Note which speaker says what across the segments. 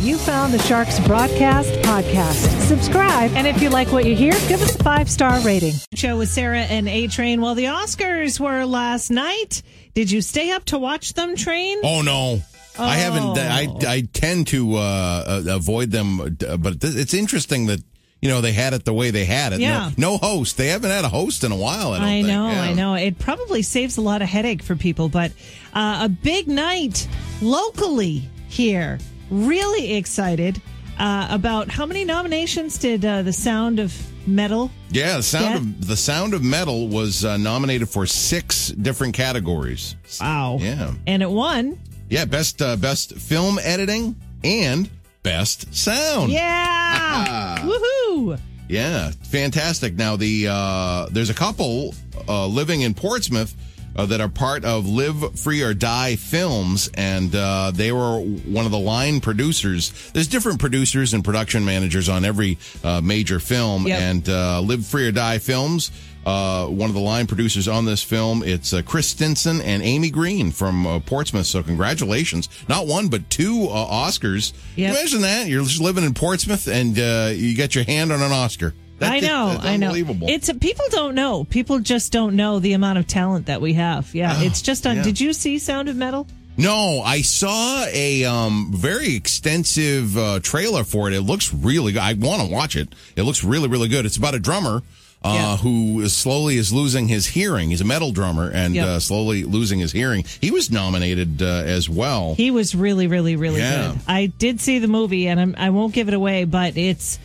Speaker 1: You found the Sharks Broadcast Podcast. Subscribe, and if you like what you hear, give us a five star rating. Show with Sarah and A Train. Well, the Oscars were last night. Did you stay up to watch them, Train?
Speaker 2: Oh no. I haven't.
Speaker 1: Oh.
Speaker 2: I I tend to uh, uh, avoid them, uh, but th- it's interesting that you know they had it the way they had it.
Speaker 1: Yeah.
Speaker 2: No, no host. They haven't had a host in a while. I,
Speaker 1: I
Speaker 2: don't think.
Speaker 1: know,
Speaker 2: Yeah.
Speaker 1: I know. It probably saves a lot of headache for people, but uh, a big night locally here. Really excited uh, about how many nominations did uh, The Sound of Metal?
Speaker 2: Yeah, the sound
Speaker 1: Yeah.
Speaker 2: of the sound of metal was uh, nominated for six different categories.
Speaker 1: Wow.
Speaker 2: Yeah,
Speaker 1: And it won.
Speaker 2: yeah. Best uh, best film editing and best sound.
Speaker 1: Yeah. Woohoo.
Speaker 2: Yeah, fantastic. Now the uh, there's a couple uh, living in Portsmouth uh, that are part of Live Free or Die Films, and uh, they were one of the line producers. There's different producers and production managers on every uh, major film,
Speaker 1: Yep.
Speaker 2: and uh, Live Free or Die Films. Uh, one of the line producers on this film, it's uh, Chris Stinson and Amy Green from uh, Portsmouth. So congratulations, not one but two uh, Oscars.
Speaker 1: Yep.
Speaker 2: Imagine that you're just living in Portsmouth and uh, you get your hand on an Oscar. That-
Speaker 1: I know.
Speaker 2: that's
Speaker 1: I know.
Speaker 2: Unbelievable.
Speaker 1: It's people don't know. People just don't know the amount of talent that we have. Yeah. it's just on.
Speaker 2: yeah.
Speaker 1: Did you see Sound of Metal?
Speaker 2: no, I saw a um, very extensive uh, trailer for it. It looks really good. I want to watch it. It looks really, really good. It's about a drummer. Uh,
Speaker 1: Yeah.
Speaker 2: Who is slowly is losing his hearing. He's a metal drummer and
Speaker 1: Yep.
Speaker 2: uh, slowly losing his hearing. He was nominated uh, as well.
Speaker 1: He was really, really, really
Speaker 2: Yeah.
Speaker 1: good. I did see the movie, and I'm, I won't give it away, but it's.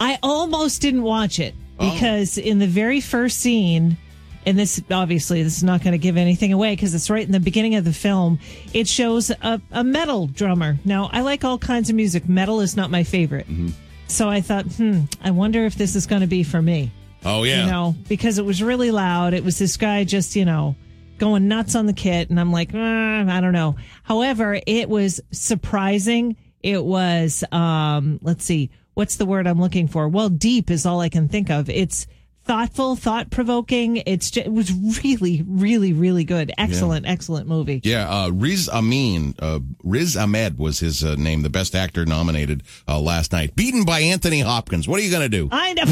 Speaker 1: I almost didn't watch it because in the very first scene, and this obviously this is not going to give anything away because it's right in the beginning of the film. It shows a, a metal drummer. Now I like all kinds of music. Metal is not my favorite, so I thought, hmm, I wonder if this is going to be for me
Speaker 2: oh yeah.
Speaker 1: you know, because it was really loud. It was this guy just, you know, going nuts on the kit. And I'm like, "Mm, I don't know. However, it was surprising. It was, um, let's see, what's the word I'm looking for? Well, deep is all I can think of. It's thoughtful, thought provoking. It's just, it was really, really, really good. Excellent, excellent movie.
Speaker 2: Yeah, uh, Riz Amin, uh, Riz Ahmed was his uh, name, the best actor nominated uh, last night, beaten by Anthony Hopkins. What are you going to do?
Speaker 1: I know.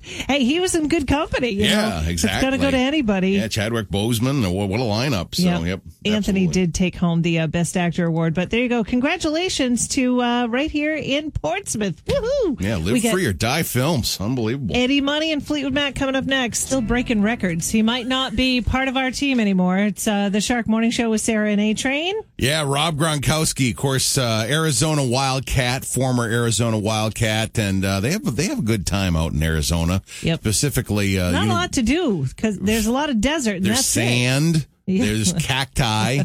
Speaker 1: hey, he was in good company. You
Speaker 2: Yeah,
Speaker 1: know? It's
Speaker 2: exactly.
Speaker 1: gonna go to anybody.
Speaker 2: Yeah, Chadwick Boseman. uh, What what a lineup! So, yep.
Speaker 1: Anthony
Speaker 2: absolutely.
Speaker 1: did take home the uh, Best Actor award, but there you go. Congratulations to uh, right here in Portsmouth. Woohoo!
Speaker 2: Yeah, live
Speaker 1: we got
Speaker 2: free or die films. Unbelievable.
Speaker 1: Eddie Money and Fleetwood Mac coming up next. Still breaking records. He might not be part of our team anymore. It's uh, the Shark Morning Show with Sarah and A Train.
Speaker 2: Yeah, Rob Gronkowski, of course, uh, Arizona Wildcat, former Arizona Wildcat, and uh, they have they have a good time out in Arizona.
Speaker 1: Yep.
Speaker 2: Specifically, uh,
Speaker 1: Not
Speaker 2: you
Speaker 1: a
Speaker 2: know,
Speaker 1: lot to do because there's a lot of desert. And
Speaker 2: There's
Speaker 1: that's
Speaker 2: sand.
Speaker 1: Yeah.
Speaker 2: There's cacti.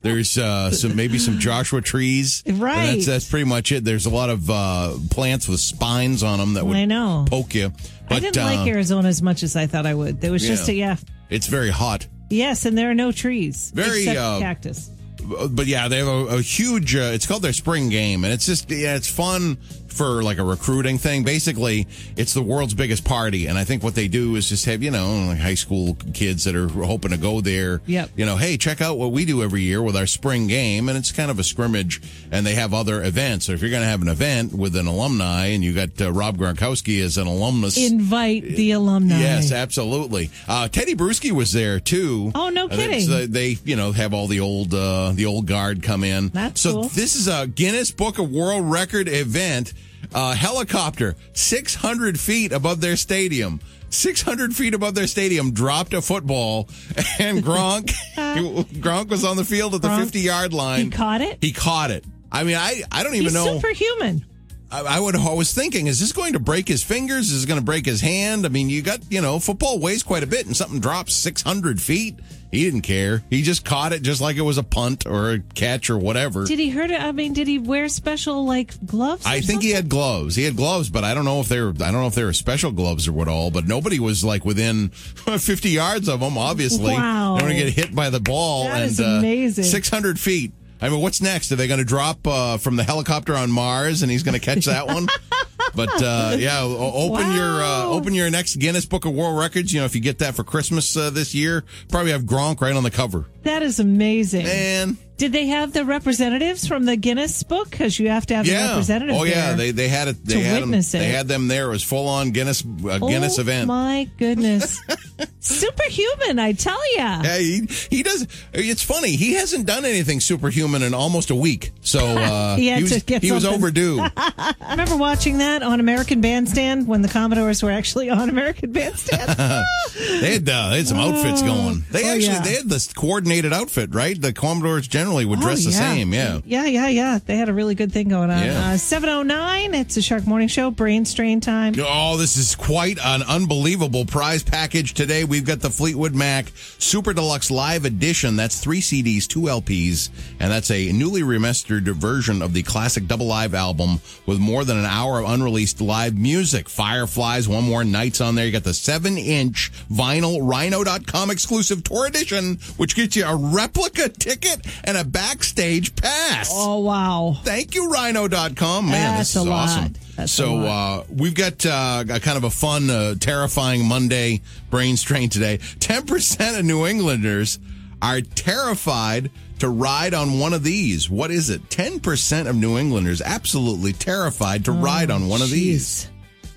Speaker 2: there's uh, some maybe some Joshua trees. And
Speaker 1: Right.
Speaker 2: That's, that's pretty much it. There's a lot of uh, plants with spines on them that would
Speaker 1: I know.
Speaker 2: poke you.
Speaker 1: It.
Speaker 2: But
Speaker 1: I didn't
Speaker 2: uh,
Speaker 1: like Arizona as much as I thought I would. There was just a
Speaker 2: Yeah.
Speaker 1: yeah,
Speaker 2: it's very hot.
Speaker 1: yes, and there are no trees
Speaker 2: Very,
Speaker 1: except
Speaker 2: uh,
Speaker 1: cactus.
Speaker 2: But yeah, they have a, a huge. Uh, it's called their spring game, and it's just yeah, it's fun for like a recruiting thing. Basically, it's the world's biggest party, and I think what they do is just have you know like high school kids that are hoping to go there.
Speaker 1: Yep.
Speaker 2: You know, hey, check out what we do every year with our spring game, and it's kind of a scrimmage, and they have other events. So if you're going to have an event with an alumni, and you got uh, Rob Gronkowski as an alumnus.
Speaker 1: Invite the alumni.
Speaker 2: Yes, absolutely. Uh, Teddy Bruschi was there too.
Speaker 1: Oh, no
Speaker 2: Uh, that's,
Speaker 1: kidding.
Speaker 2: uh, they, you know, have all the old uh, the old guard come in.
Speaker 1: That's
Speaker 2: so.
Speaker 1: cool.
Speaker 2: This is a Guinness Book of World Record event. Uh, helicopter, six hundred feet above their stadium. 600 feet above their stadium, dropped a football, and Gronk Gronk was on the field at the
Speaker 1: Gronk,
Speaker 2: 50 yard line.
Speaker 1: he caught it?
Speaker 2: He caught it. I mean, I, I don't even
Speaker 1: He's
Speaker 2: know.
Speaker 1: superhuman.
Speaker 2: I, I would I was thinking, is this going to break his fingers? Is it going to break his hand? I mean, you got you know, football weighs quite a bit, and something drops six hundred feet. He didn't care. He just caught it, just like it was a punt or a catch or whatever.
Speaker 1: Did he hurt it? I mean, did he wear special like gloves? or
Speaker 2: I think
Speaker 1: something?
Speaker 2: he had gloves. He had gloves, but I don't know if they were. I don't know if they were special gloves or what all. But nobody was like within fifty yards of him. Obviously,
Speaker 1: Wow.
Speaker 2: they're going to get hit by the ball.
Speaker 1: That
Speaker 2: and uh,
Speaker 1: is amazing.
Speaker 2: Six hundred feet. I mean, what's next? Are they going to drop uh, from the helicopter on Mars, and he's going to catch that one? But uh, yeah, o- open
Speaker 1: Wow.
Speaker 2: your uh, open your next Guinness Book of World Records. You know, if you get that for Christmas uh, this year, probably have Gronk right on the cover.
Speaker 1: That is amazing.
Speaker 2: Man,
Speaker 1: Did they have the representatives from the Guinness Book? Because you have to have the representative.
Speaker 2: Oh yeah,
Speaker 1: there.
Speaker 2: they they had it. They
Speaker 1: to
Speaker 2: had them.
Speaker 1: witness it.
Speaker 2: They had them there. It was full on Guinness uh, Guinness
Speaker 1: oh,
Speaker 2: event.
Speaker 1: My goodness, superhuman! I tell ya.
Speaker 2: Yeah, he, he does. It's funny. He hasn't done anything superhuman in almost a week. So uh,
Speaker 1: He had
Speaker 2: was,
Speaker 1: to get
Speaker 2: he was
Speaker 1: something.
Speaker 2: overdue.
Speaker 1: I remember watching that on American Bandstand when the Commodores were actually on American Bandstand.
Speaker 2: They had, uh, they had some outfits going. They
Speaker 1: Oh,
Speaker 2: actually
Speaker 1: yeah.
Speaker 2: they had this coordinated outfit, right? The Commodores generally would dress
Speaker 1: Oh,
Speaker 2: the same. Yeah.
Speaker 1: Yeah, yeah, yeah. They had a really good thing going on.
Speaker 2: Yeah.
Speaker 1: Uh, 709, it's a Shark Morning Show, brain strain time.
Speaker 2: Oh, this is quite an unbelievable prize package today. We've got the Fleetwood Mac Super Deluxe Live Edition. That's three CDs, two LPs, and that's a newly remastered version of the classic double live album with more than an hour of unreleased live music. Fireflies, One More Night's on there. You got the seven inch vinyl rhino.com exclusive tour edition, which gets you a replica ticket and a backstage pass.
Speaker 1: Oh, wow.
Speaker 2: Thank you, rhino.com. Man,
Speaker 1: That's
Speaker 2: this is
Speaker 1: a lot.
Speaker 2: awesome.
Speaker 1: That's
Speaker 2: so
Speaker 1: a
Speaker 2: Uh, we've got uh, a kind of a fun, uh, terrifying Monday brain strain today. 10% of New Englanders are terrified to ride on one of these. What is it? 10% of New Englanders absolutely terrified
Speaker 1: Oh,
Speaker 2: to ride on one of these.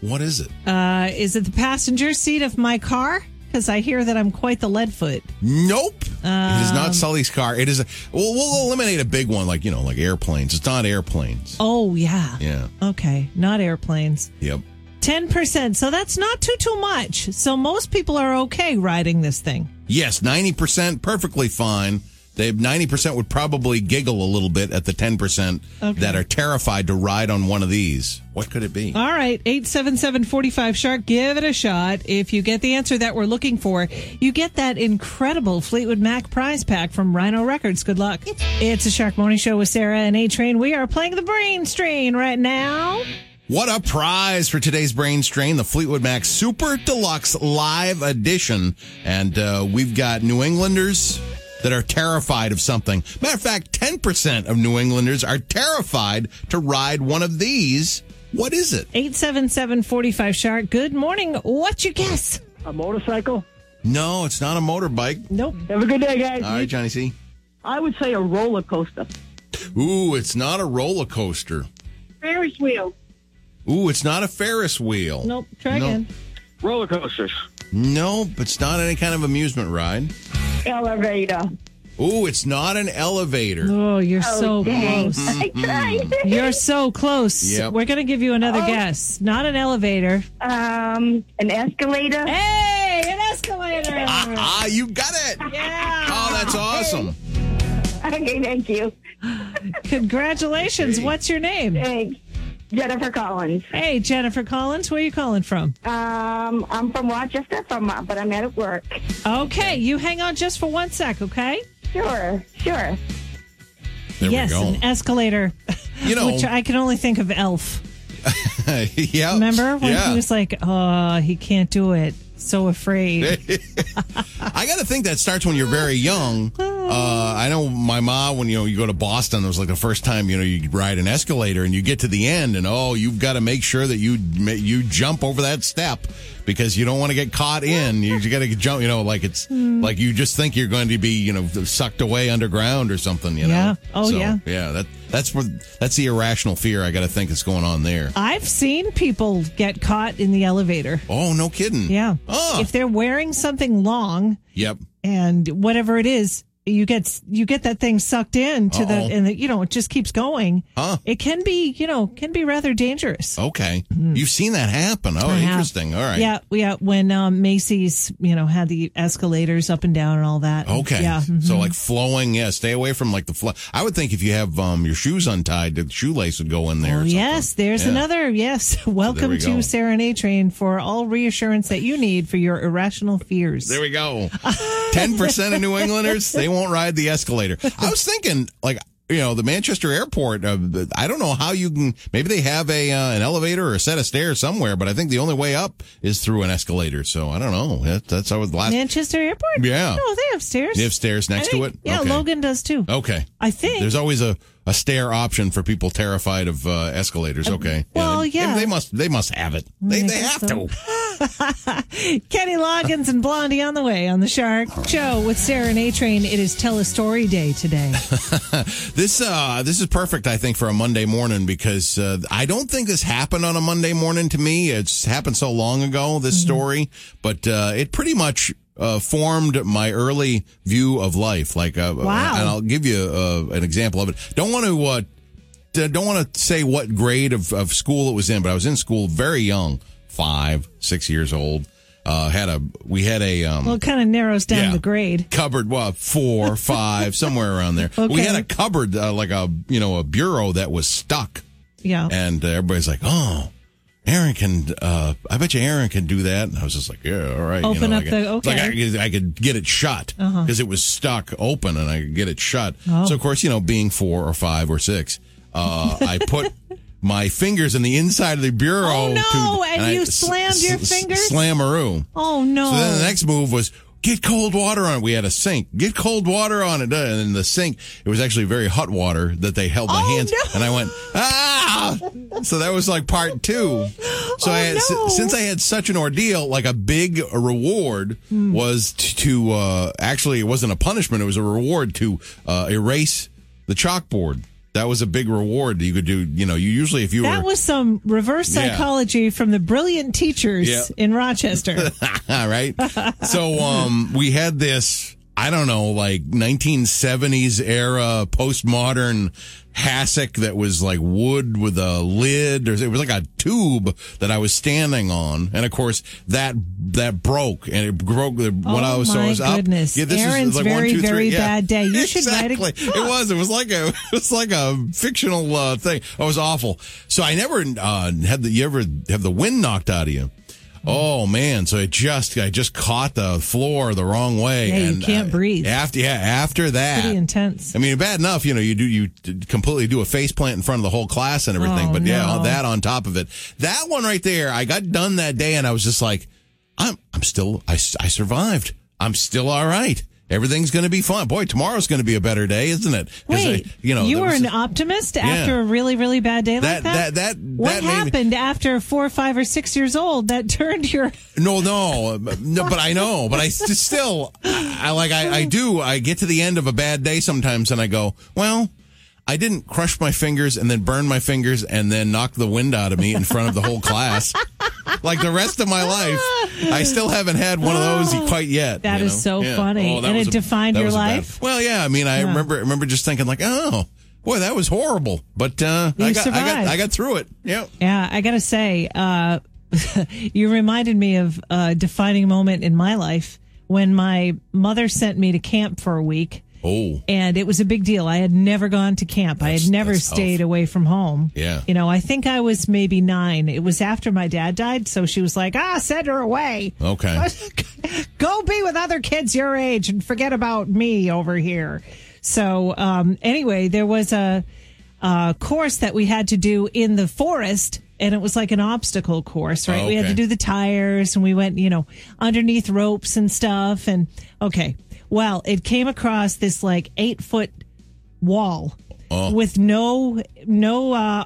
Speaker 2: What is it?
Speaker 1: Uh, is it the passenger seat of my car? Because I hear that I'm quite the lead foot.
Speaker 2: Nope. it is
Speaker 1: Um,
Speaker 2: not Sully's car. It is a, we'll, we'll eliminate a big one like, you know, like airplanes. It's not airplanes.
Speaker 1: Oh, yeah.
Speaker 2: Yeah.
Speaker 1: Okay, not airplanes.
Speaker 2: Yep.
Speaker 1: 10%. So that's not too, too much. So most people are okay riding this thing.
Speaker 2: Yes, 90% perfectly fine. They 90% would probably giggle a little bit at the 10%
Speaker 1: Okay.
Speaker 2: that are terrified to ride on one of these. What could it be?
Speaker 1: All right, 877 45 Shark, give it a shot. If you get the answer that we're looking for, you get that incredible Fleetwood Mac prize pack from Rhino Records. Good luck. It's a Shark Morning Show with Sarah and A Train. We are playing the brain strain right now.
Speaker 2: What a prize for today's brain strain, the Fleetwood Mac Super Deluxe Live Edition. And uh, we've got New Englanders that are terrified of something. Matter of fact, 10% of New Englanders are terrified to ride one of these. What is it?
Speaker 1: 877 45 Shark, good morning. What's your guess?
Speaker 3: A motorcycle?
Speaker 2: No, it's not a motorbike.
Speaker 1: Nope.
Speaker 3: Have a good day, guys.
Speaker 2: All right, Johnny C.
Speaker 3: I would say a roller coaster.
Speaker 2: Ooh, it's not a roller coaster.
Speaker 3: Ferris wheel.
Speaker 2: Ooh, it's not a Ferris wheel.
Speaker 1: Nope. Try again.
Speaker 4: Roller coasters.
Speaker 2: Nope, it's not any kind of amusement ride.
Speaker 5: elevator.
Speaker 2: Ooh, it's not an elevator.
Speaker 1: Oh, you're so
Speaker 5: dang.
Speaker 1: close.
Speaker 2: Mm-hmm.
Speaker 5: I tried.
Speaker 1: You're so close.
Speaker 2: Yep.
Speaker 1: We're going to give you another guess. Not an elevator.
Speaker 5: Um, an escalator.
Speaker 1: Eh? Hey, an escalator.
Speaker 2: Ah, you got it.
Speaker 1: Yeah.
Speaker 2: Oh, that's awesome.
Speaker 5: Okay, thank you.
Speaker 1: Congratulations. What's your name?
Speaker 5: Thanks. Jennifer Collins.
Speaker 1: Hey, Jennifer Collins, where are you calling from?
Speaker 5: Um, I'm from Rochester, from uh, but I'm at work.
Speaker 1: Okay, you hang on just for one sec, okay?
Speaker 5: Sure, sure.
Speaker 2: There
Speaker 1: yes,
Speaker 2: we go.
Speaker 1: an escalator,
Speaker 2: You know,
Speaker 1: which I can only think of Elf.
Speaker 2: yeah.
Speaker 1: Remember when
Speaker 2: yeah.
Speaker 1: he was like, oh, he can't do it. So afraid.
Speaker 2: I got to think that starts when you're very young. Uh, I know my mom, when you know you go to Boston, it was like the first time you know you ride an escalator and you get to the end, and oh, you've got to make sure that you ma- you jump over that step because you don't want to get caught in. You got to jump, you know, like it's
Speaker 1: Hmm.
Speaker 2: like you just think you're going to be you know sucked away underground or something. You know,
Speaker 1: Yeah. Oh,
Speaker 2: So,
Speaker 1: yeah.
Speaker 2: yeah. That that's what that's the irrational fear I got to think is going on there.
Speaker 1: I've seen people get caught in the elevator.
Speaker 2: Oh, no kidding.
Speaker 1: Yeah.
Speaker 2: Oh.
Speaker 1: If they're wearing something long
Speaker 2: Yep.
Speaker 1: and whatever it is, you get you get that thing sucked in to the
Speaker 2: Uh-oh.
Speaker 1: and the, you know it just keeps going.
Speaker 2: Huh.
Speaker 1: It can be you know can be rather dangerous.
Speaker 2: Okay. You've seen that happen. Oh,
Speaker 1: Hmm. I have.
Speaker 2: interesting. All right.
Speaker 1: Yeah, yeah. When um, Macy's, you know, had the escalators up and down and all that.
Speaker 2: Okay.
Speaker 1: Yeah. mm-hmm.
Speaker 2: So like flowing, yeah. Stay away from like the flow. I would think if you have um your shoes untied, the shoelace would go in there. or something.
Speaker 1: Oh, Yes, there's
Speaker 2: Yeah.
Speaker 1: another. Yes. Welcome
Speaker 2: we go.
Speaker 1: to Serenade Train for all reassurance that you need for your irrational fears.
Speaker 2: There we go. Ten percent of New Englanders they won't ride the escalator. I was thinking like. You know the Manchester airport. Uh, the- I don't know how you can. Maybe they have a uh, an elevator or a set of stairs somewhere, but I think the only way up is through an escalator. So I don't know. That, that's how the last.
Speaker 1: Manchester Airport?
Speaker 2: Yeah.
Speaker 1: No, they have stairs.
Speaker 2: They have stairs
Speaker 1: I
Speaker 2: next to
Speaker 1: think-
Speaker 2: it.
Speaker 1: Yeah,
Speaker 2: okay.
Speaker 1: Logan does too.
Speaker 2: Okay.
Speaker 1: I think.
Speaker 2: There's always a a stair option for people terrified of uh, escalators. Okay.
Speaker 1: well,
Speaker 2: they-
Speaker 1: yeah.
Speaker 2: They must. They must have it. They,
Speaker 1: I
Speaker 2: they
Speaker 1: guess
Speaker 2: have
Speaker 1: so.
Speaker 2: to.
Speaker 1: Kenny Loggins and Blondie on the way on the Shark Show with Sarah and A Train. It is Tell a Story Day today.
Speaker 2: This uh, this is perfect, I think, for a Monday morning because uh, I don't think this happened on a Monday morning to me. It's happened so long ago, this story, but uh, it pretty much uh, formed my early view of life. Like, uh,
Speaker 1: Wow.
Speaker 2: and I'll give you uh, an example of it. Don't want to uh, d- don't want to say what grade of, of school it was in, but I was in school very young, five, six years old. Uh, had a we had a um,
Speaker 1: Well, it kind of narrows down
Speaker 2: Yeah.
Speaker 1: the grade.
Speaker 2: cupboard well four five somewhere around there we
Speaker 1: Okay.
Speaker 2: had a cupboard uh, like a you know a bureau that was stuck
Speaker 1: Yeah.
Speaker 2: and uh, everybody's like oh aaron can uh i bet you aaron can do that and i was just like yeah all right you
Speaker 1: Open
Speaker 2: know,
Speaker 1: up
Speaker 2: like,
Speaker 1: the-
Speaker 2: it's
Speaker 1: okay.
Speaker 2: like
Speaker 1: Uh-huh.
Speaker 2: I, could, I could get it shut because it was stuck open and i could get it shut
Speaker 1: Oh.
Speaker 2: so of course you know being four or five or six uh i put my fingers in the inside of the bureau
Speaker 1: Oh, no,
Speaker 2: to,
Speaker 1: and you
Speaker 2: s-
Speaker 1: slammed your
Speaker 2: s-
Speaker 1: fingers?
Speaker 2: slammaroo
Speaker 1: oh, no.
Speaker 2: so then the next move was get cold water on it. We had a sink. Get cold water on it. And then the sink, it was actually very hot water that they held my
Speaker 1: Oh,
Speaker 2: hands.
Speaker 1: no.
Speaker 2: And I went, ah! So that was like part two. So I had,
Speaker 1: Oh, no.
Speaker 2: s- since I had such an ordeal, like a big reward
Speaker 1: Hmm.
Speaker 2: was t- to, uh, actually, it wasn't a punishment. It was a reward to uh, erase the chalkboard. That was a big reward that you could do. You know, you usually, if you
Speaker 1: that
Speaker 2: were.
Speaker 1: was some reverse
Speaker 2: Yeah.
Speaker 1: psychology from the brilliant teachers
Speaker 2: Yeah.
Speaker 1: in Rochester.
Speaker 2: All right. So um we had this I don't know like 1970s era postmodern hassock that was like wood with a lid or it was like a tube that I was standing on and of course that that broke and it broke the- when
Speaker 1: Oh,
Speaker 2: I was so
Speaker 1: my
Speaker 2: I was up.
Speaker 1: goodness.
Speaker 2: Yeah, this is
Speaker 1: Aaron's
Speaker 2: like one,
Speaker 1: very,
Speaker 2: two, three.
Speaker 1: very
Speaker 2: Yeah.
Speaker 1: bad day. You should write a-
Speaker 2: exactly. It was. It was like a. It was like a fictional uh, thing. It was awful. So I never uh, had the. You ever have the wind knocked out of you? Oh man! So it just I just caught the floor the wrong way.
Speaker 1: Yeah, you
Speaker 2: and
Speaker 1: can't
Speaker 2: uh,
Speaker 1: breathe.
Speaker 2: After yeah, after that,
Speaker 1: Pretty intense.
Speaker 2: I mean, bad enough, you know, you do you t- completely do a face plant in front of the whole class and everything,
Speaker 1: Oh,
Speaker 2: but yeah,
Speaker 1: no.
Speaker 2: all that on top of it. That one right there, I got done that day and I was just like, I'm I'm still I, s- I survived. I'm still all right. Everything's going to be fine. Boy, tomorrow's going to be a better day, isn't it? 'Cause I-
Speaker 1: Wait,
Speaker 2: you know, there
Speaker 1: were
Speaker 2: was
Speaker 1: an
Speaker 2: a-
Speaker 1: optimist after a really, really bad day like
Speaker 2: That-
Speaker 1: that.
Speaker 2: that- that-
Speaker 1: what
Speaker 2: that made me-
Speaker 1: happened after four, five, or six years old that turned your?
Speaker 2: No, no, no, but I know, but I st- still, I I like, I, I do, I get to the end of a bad day sometimes and I go, well, I didn't crush my fingers and then burn my fingers and then knock the wind out of me in front of the whole class. Like the rest of my life, I still haven't had one of those quite yet.
Speaker 1: That
Speaker 2: you
Speaker 1: is
Speaker 2: know? Oh,
Speaker 1: so funny.
Speaker 2: that
Speaker 1: And
Speaker 2: was
Speaker 1: it defined
Speaker 2: that
Speaker 1: your
Speaker 2: was a bad-
Speaker 1: life?
Speaker 2: well, yeah, I mean, I remember, remember just thinking like, oh, boy, that was horrible, but, uh, I
Speaker 1: You
Speaker 2: got, I got,
Speaker 1: survived.
Speaker 2: I got through it. Yeah.
Speaker 1: Yeah, I gotta say, uh, you reminded me of a defining moment in my life when my mother sent me to camp for a week.
Speaker 2: Oh.
Speaker 1: and it was a big deal. I had never gone to camp. I
Speaker 2: That's-
Speaker 1: had never
Speaker 2: that's tough.
Speaker 1: stayed away from home.
Speaker 2: Yeah.
Speaker 1: You know, I think I was maybe nine. It was after my dad died, so she was like, ah, send her away.
Speaker 2: Okay.
Speaker 1: Go be with other kids your age and forget about me over here. So, um, anyway, there was a, a course that we had to do in the forest. And it was like an obstacle course, right?
Speaker 2: Oh,
Speaker 1: We had
Speaker 2: okay.
Speaker 1: to do the tires and we went, you know, underneath ropes and stuff. And okay. Well, it came across this like eight foot wall
Speaker 2: Oh.
Speaker 1: with no, no, uh,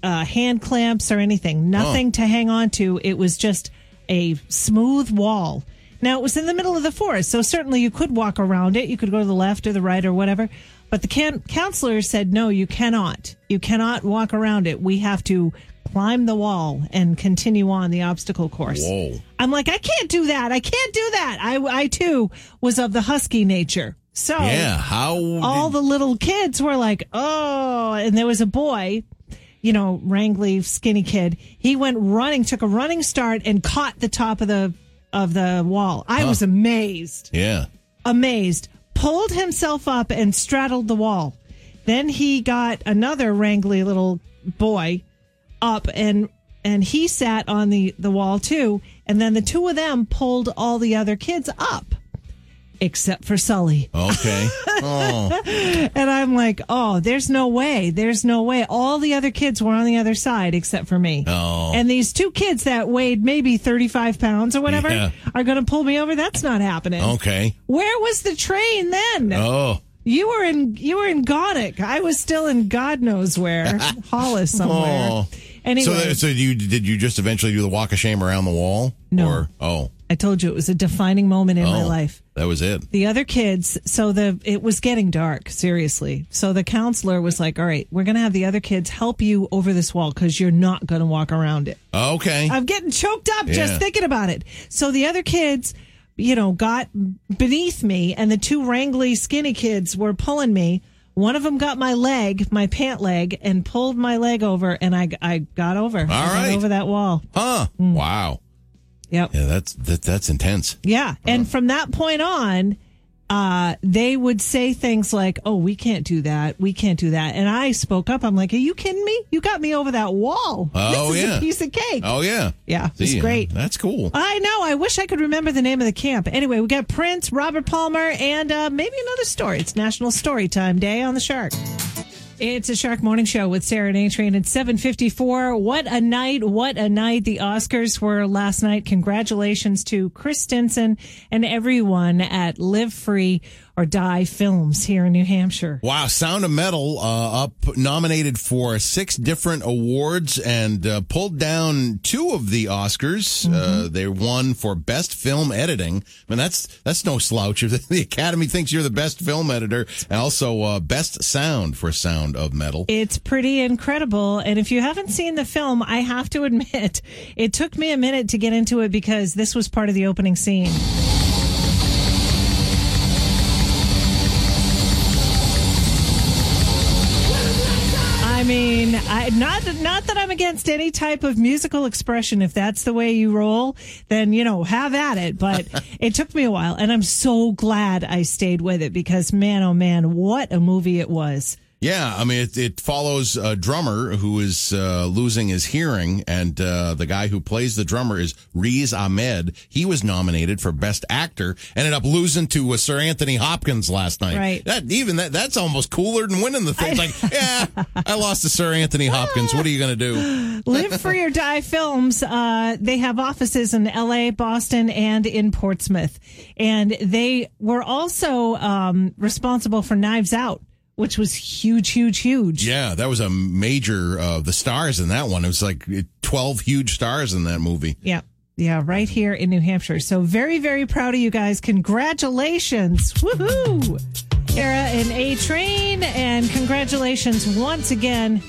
Speaker 1: uh, hand clamps or anything, nothing to hang on to. It was just a smooth wall. Now, it was in the middle of the forest, so certainly you could walk around it. You could go to the left or the right or whatever. But the can- counselor said, no, you cannot. You cannot walk around it. We have to climb the wall and continue on the obstacle course.
Speaker 2: Whoa.
Speaker 1: I'm like, I can't do that. I can't do that. I, I too was of the husky nature. So
Speaker 2: Yeah. How
Speaker 1: all
Speaker 2: did-
Speaker 1: the little kids were like, oh, and there was a boy, you know, wrangly, skinny kid. He went running, took a running start and caught the top of the, of the wall. I was amazed,
Speaker 2: yeah.
Speaker 1: amazed, pulled himself up and straddled the wall. Then he got another wrangly little boy up and, and he sat on the, the wall too. And then the two of them pulled all the other kids up except for Sully.
Speaker 2: Okay. Oh,
Speaker 1: And I'm like, oh, there's no way. There's no way. All the other kids were on the other side except for me.
Speaker 2: Oh.
Speaker 1: And these two kids that weighed maybe 35 pounds or whatever
Speaker 2: Yeah.
Speaker 1: are going to pull me over. That's not happening.
Speaker 2: okay.
Speaker 1: Where was the train then?
Speaker 2: Oh,
Speaker 1: You were in you were in Godic. I was still in God knows where, Hollis somewhere.
Speaker 2: Oh.
Speaker 1: Anyway,
Speaker 2: So, so you did you just eventually do the walk of shame around the wall?
Speaker 1: No.
Speaker 2: Or, oh,
Speaker 1: I told you it was a defining moment in my
Speaker 2: oh,
Speaker 1: life.
Speaker 2: That was it.
Speaker 1: the other kids so the it was getting dark seriously so the counselor was like all right we're gonna have the other kids help you over this wall because you're not gonna walk around it
Speaker 2: Okay.
Speaker 1: i'm getting choked up
Speaker 2: Yeah.
Speaker 1: just thinking about it so the other kids you know got beneath me and the two wrangly skinny kids were pulling me one of them got my leg my pant leg and pulled my leg over and i, I got over I got
Speaker 2: right.
Speaker 1: over that wall
Speaker 2: huh.
Speaker 1: Mm.
Speaker 2: Wow.
Speaker 1: yep
Speaker 2: Yeah, that's that, that's intense.
Speaker 1: Yeah.
Speaker 2: Uh-huh.
Speaker 1: And from that point on, uh, they would say things like, oh, we can't do that. We can't do that. And I spoke up. I'm like, are you kidding me? You got me over that wall.
Speaker 2: Oh,
Speaker 1: this is
Speaker 2: yeah.
Speaker 1: a piece of cake.
Speaker 2: Oh yeah.
Speaker 1: Yeah, it's
Speaker 2: See,
Speaker 1: great.
Speaker 2: That's cool.
Speaker 1: I know. I wish I could remember the name of the camp. Anyway, we got Prince, Robert Palmer, and uh, maybe another story. It's National Storytime Day on the Shark. It's a Shark Morning Show with Sarah and Train at 754. What a night. What a night. The Oscars were last night. Congratulations to Chris Stinson and everyone at Live Free or Die Films here in New Hampshire.
Speaker 2: Wow, Sound of Metal uh, up nominated for six different awards and uh, pulled down two of the Oscars. Uh, they won for Best Film Editing. I mean, that's that's no slouch. If the Academy thinks you're the best film editor, and also uh, Best Sound for Sound of Metal.
Speaker 1: It's pretty incredible. And if you haven't seen the film, I have to admit, it took me a minute to get into it because this was part of the opening scene. I mean, I, not not that I'm against any type of musical expression. If that's the way you roll, then you know, have at it. But it took me a while, and I'm so glad I stayed with it because, man, oh man, what a movie it was!
Speaker 2: Yeah, I mean, it, it follows a drummer who is uh, losing his hearing, and uh, the guy who plays the drummer is Riz Ahmed. He was nominated for Best Actor, ended up losing to uh, Sir Anthony Hopkins last night.
Speaker 1: Right.
Speaker 2: That even that that's almost cooler than winning the thing. It's like, yeah, I lost to Sir Anthony Hopkins. What are you gonna do?
Speaker 1: Live Free or Die Films, uh, they have offices in LA, Boston, and in Portsmouth. And they were also um, responsible for Knives Out, which was huge, huge, huge.
Speaker 2: Yeah, that was a major uh, the stars in that one. It was like twelve huge stars in that movie.
Speaker 1: Yeah. Yeah, right here in New Hampshire. So very, very proud of you guys. Congratulations. Woohoo! Era and A Train, and congratulations once again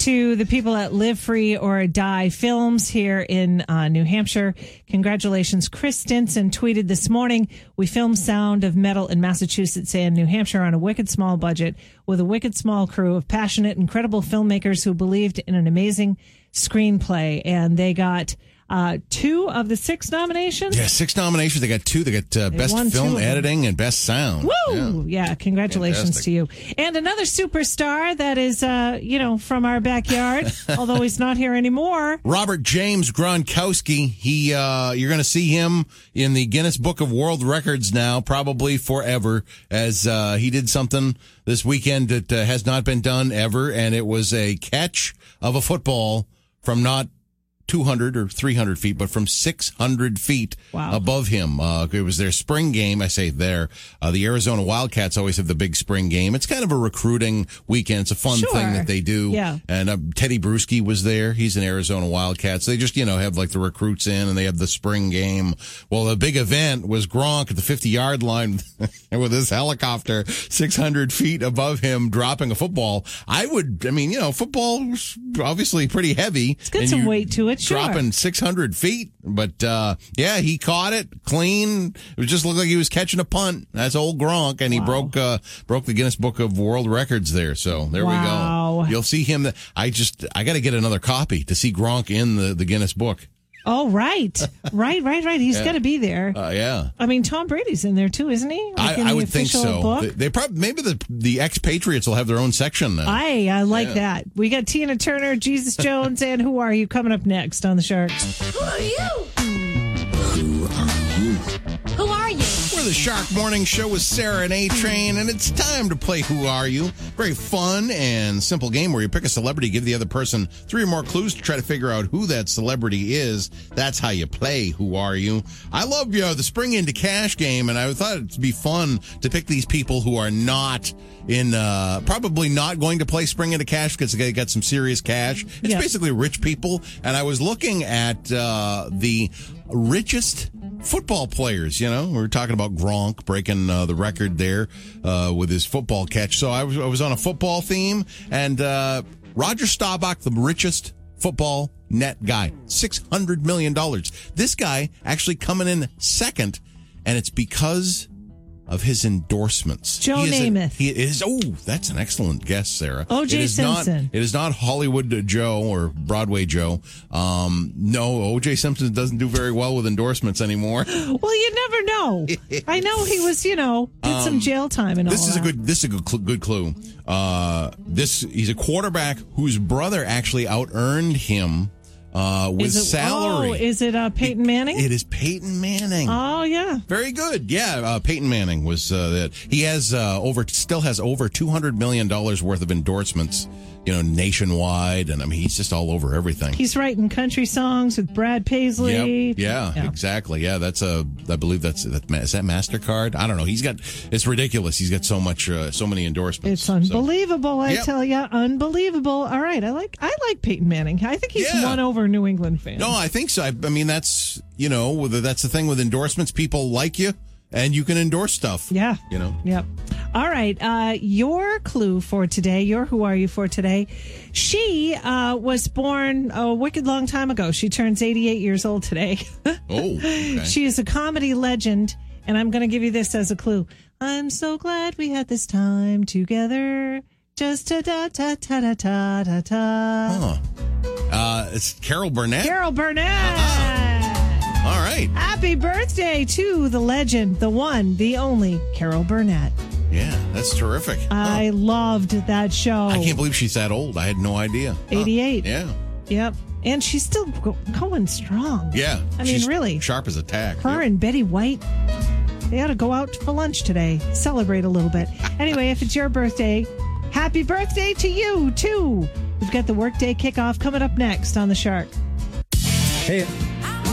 Speaker 1: to the people at Live Free or Die Films here in uh, New Hampshire. Congratulations. Chris Stinson tweeted this morning We filmed Sound of Metal in Massachusetts and New Hampshire on a wicked small budget with a wicked small crew of passionate, incredible filmmakers who believed in an amazing screenplay. And they got uh, two of the six nominations.
Speaker 2: Yeah, six nominations. They got two. They got uh, Best
Speaker 1: won two
Speaker 2: Film
Speaker 1: of them.
Speaker 2: Editing and Best Sound.
Speaker 1: Woo! Yeah, congratulations
Speaker 2: Fantastic.
Speaker 1: to you. And another superstar that is, uh, you know, from our backyard, although he's not here anymore.
Speaker 2: Robert James Gronkowski. He, uh, you're going to see him in the Guinness Book of World Records now, probably forever, as uh, he did something this weekend that uh, has not been done ever, and it was a catch of a football from not 200 or 300 feet, but from 600 feet
Speaker 1: Wow.
Speaker 2: above him. Uh, it was their spring game. I say there. Uh, the Arizona Wildcats always have the big spring game. It's kind of a recruiting weekend. It's a fun
Speaker 1: Sure.
Speaker 2: thing that they do.
Speaker 1: Yeah.
Speaker 2: And um, Teddy Bruschi was there. He's an Arizona Wildcats. They just, you know, have like the recruits in and they have the spring game. Well, the big event was Gronk at the 50 yard line with his helicopter 600 feet above him dropping a football. I would, I mean, you know, football's obviously pretty heavy. It's
Speaker 1: got some weight to it, sure.
Speaker 2: Dropping 600 feet. But, uh, yeah, he caught it clean. It just looked like he was catching a punt. That's old Gronk. And he broke, uh, broke the Guinness Book of World Records there. So there we
Speaker 1: Wow.
Speaker 2: go. You'll see him. th- I just, I got to get another copy to see Gronk in the, the Guinness Book.
Speaker 1: Oh, right. Right, right, right. He's got to be there.
Speaker 2: Uh, yeah.
Speaker 1: I mean, Tom Brady's in there too, isn't he? Like in
Speaker 2: I, I
Speaker 1: the
Speaker 2: would think
Speaker 1: official
Speaker 2: so.
Speaker 1: book?
Speaker 2: They, they probably, maybe the, the expatriates will have their own section now.
Speaker 1: Aye, I like that. We got Tina Turner, Jesus Jones, and Who Are You coming up next on the Sharks.
Speaker 4: Who are you? Who are you? Who are you?
Speaker 2: We're the Shark Morning Show with Sarah and A Train, and it's time to play Who Are You? Very fun and simple game where you pick a celebrity, give the other person three or more clues to try to figure out who that celebrity is. That's how you play Who Are You? I love you know, the Spring into Cash game, and I thought it'd be fun to pick these people who are not in, uh, probably not going to play Spring into Cash because they got some serious cash. It's
Speaker 1: Yeah.
Speaker 2: basically rich people, and I was looking at uh, the richest football players. You know, we were talking about Gronk breaking uh, the record there uh, with his football catch. So I was I was on a football theme, and uh, Roger Staubach, the richest football net guy, six hundred million dollars. This guy actually coming in second, and it's because. Of his endorsements,
Speaker 1: Joe
Speaker 2: He is a-
Speaker 1: Namath.
Speaker 2: he is. Oh, that's an excellent guess, Sarah.
Speaker 1: O.J.
Speaker 2: It is not-
Speaker 1: Oh, Simpson.
Speaker 2: it is not Hollywood Joe or Broadway Joe. Um, no, O.J. Simpson doesn't do very well with endorsements anymore.
Speaker 1: Well, you never know. I know he was, you know, did some jail time and all.
Speaker 2: Um, This is a
Speaker 1: that.
Speaker 2: good. This is a good, cl- good clue. Uh, this he's a quarterback whose brother actually out earned him uh, with
Speaker 1: Is it-
Speaker 2: salary.
Speaker 1: Oh, is it uh, Peyton Manning?
Speaker 2: it is Peyton Manning.
Speaker 1: oh yeah.
Speaker 2: Very good. Yeah, uh, Peyton Manning was uh, that. He has uh, over, still has over two hundred million dollars worth of endorsements, you know, nationwide, and I mean, he's just all over everything.
Speaker 1: He's writing country songs with Brad Paisley.
Speaker 2: Yep. Yeah,
Speaker 1: Yeah.
Speaker 2: exactly. Yeah, that's a. I believe that's that. Is that Mastercard? I don't know. He's got. It's ridiculous. He's got so much. Uh, so many endorsements.
Speaker 1: It's
Speaker 2: So-
Speaker 1: unbelievable, I
Speaker 2: Yep.
Speaker 1: tell you, unbelievable. All right, I like I like Peyton Manning. I think he's
Speaker 2: Yeah.
Speaker 1: won over New England fans.
Speaker 2: no, I think so. I, I mean, that's you know, whether that's the thing with endorsements, people like you, and you can endorse stuff.
Speaker 1: Yeah.
Speaker 2: You know.
Speaker 1: Yep. All right. Uh, your clue for today, your who are you for today? She uh, was born a wicked long time ago. She turns 88 years old today.
Speaker 2: Oh. okay.
Speaker 1: she is a comedy legend, and I'm going to give you this as a clue. I'm so glad we had this time together. Just ta da ta ta da ta da ta.
Speaker 2: Huh. Uh, it's Carol Burnett.
Speaker 1: Carol Burnett.
Speaker 2: Uh-huh. All right.
Speaker 1: Happy birthday to the legend, the one, the only Carol Burnett.
Speaker 2: Yeah, that's terrific. Huh.
Speaker 1: I loved that show.
Speaker 2: Oh. I can't believe she's that old. I had no idea. Huh.
Speaker 1: 88.
Speaker 2: Yeah.
Speaker 1: Yep. And she's still go- going strong.
Speaker 2: Yeah.
Speaker 1: I mean,
Speaker 2: She's
Speaker 1: really.
Speaker 2: Sharp as a tack.
Speaker 1: Her and Betty White, they ought to go out for lunch today, celebrate a little bit. Anyway, if it's your birthday, happy birthday to you, too. We've got the workday kickoff coming up next on The Shark.
Speaker 4: Hey,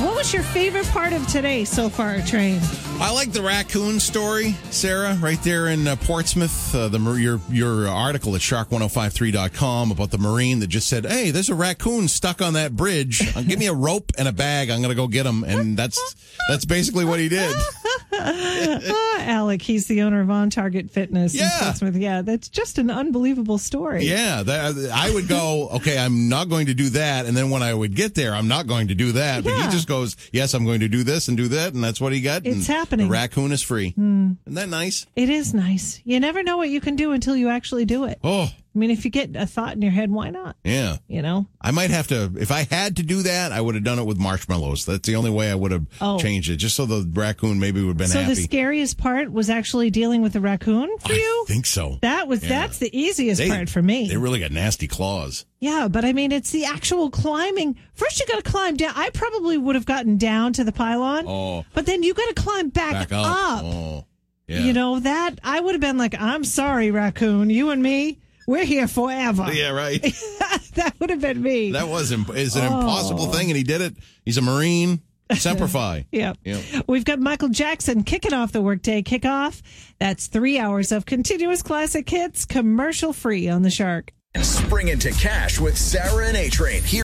Speaker 1: What was your favorite part of today so far, Train?
Speaker 2: I like the raccoon story, Sarah, right there in uh, Portsmouth. Uh, the mar- your your article at shark1053.com about the marine that just said, "Hey, there's a raccoon stuck on that bridge. Uh, give me a rope and a bag. I'm going to go get him." And that's that's basically what he did.
Speaker 1: Ah, Alec, he's the owner of On Target Fitness. in
Speaker 2: Yeah.
Speaker 1: Portsmouth. yeah, that's just an unbelievable story.
Speaker 2: Yeah, that, I would go, "Okay, I'm not going to do that." And then when I would get there, "I'm not going to do that." But
Speaker 1: Yeah.
Speaker 2: he just goes, "Yes, I'm going to do this and do that." And that's what he got.
Speaker 1: It's
Speaker 2: and
Speaker 1: happening. Hmm.
Speaker 2: The raccoon is free. Isn't that nice?
Speaker 1: It is nice. You never know what you can do until you actually do it.
Speaker 2: Oh,
Speaker 1: I mean, if you get a thought in your head, why not?
Speaker 2: yeah.
Speaker 1: You know?
Speaker 2: I might have to, if I had to do that, I would have done it with marshmallows. That's the only way I would have
Speaker 1: Oh.
Speaker 2: changed it, just so the raccoon maybe would have been
Speaker 1: so
Speaker 2: happy.
Speaker 1: the scariest part was actually dealing with a raccoon for
Speaker 2: I
Speaker 1: you?
Speaker 2: think so.
Speaker 1: That was that's the easiest
Speaker 2: They-
Speaker 1: part for me.
Speaker 2: They really got nasty claws.
Speaker 1: yeah, but I mean it's the actual climbing. First you got to climb down. I probably would have gotten down to the pylon.
Speaker 2: Oh.
Speaker 1: But then you got to climb back,
Speaker 2: Back up. Oh, yeah.
Speaker 1: You know that I would have been like, "I'm sorry, raccoon. You and me, we're here forever."
Speaker 2: Yeah, right.
Speaker 1: that would have been me.
Speaker 2: That was imp- is an
Speaker 1: Oh.
Speaker 2: impossible thing, and he did it. He's a marine. Semper Fi.
Speaker 1: Yeah.
Speaker 2: Yeah.
Speaker 1: We've got Michael Jackson kicking off the workday kickoff. That's three hours of continuous classic hits, commercial free on The Shark.
Speaker 4: spring into cash with Sarah and A Train here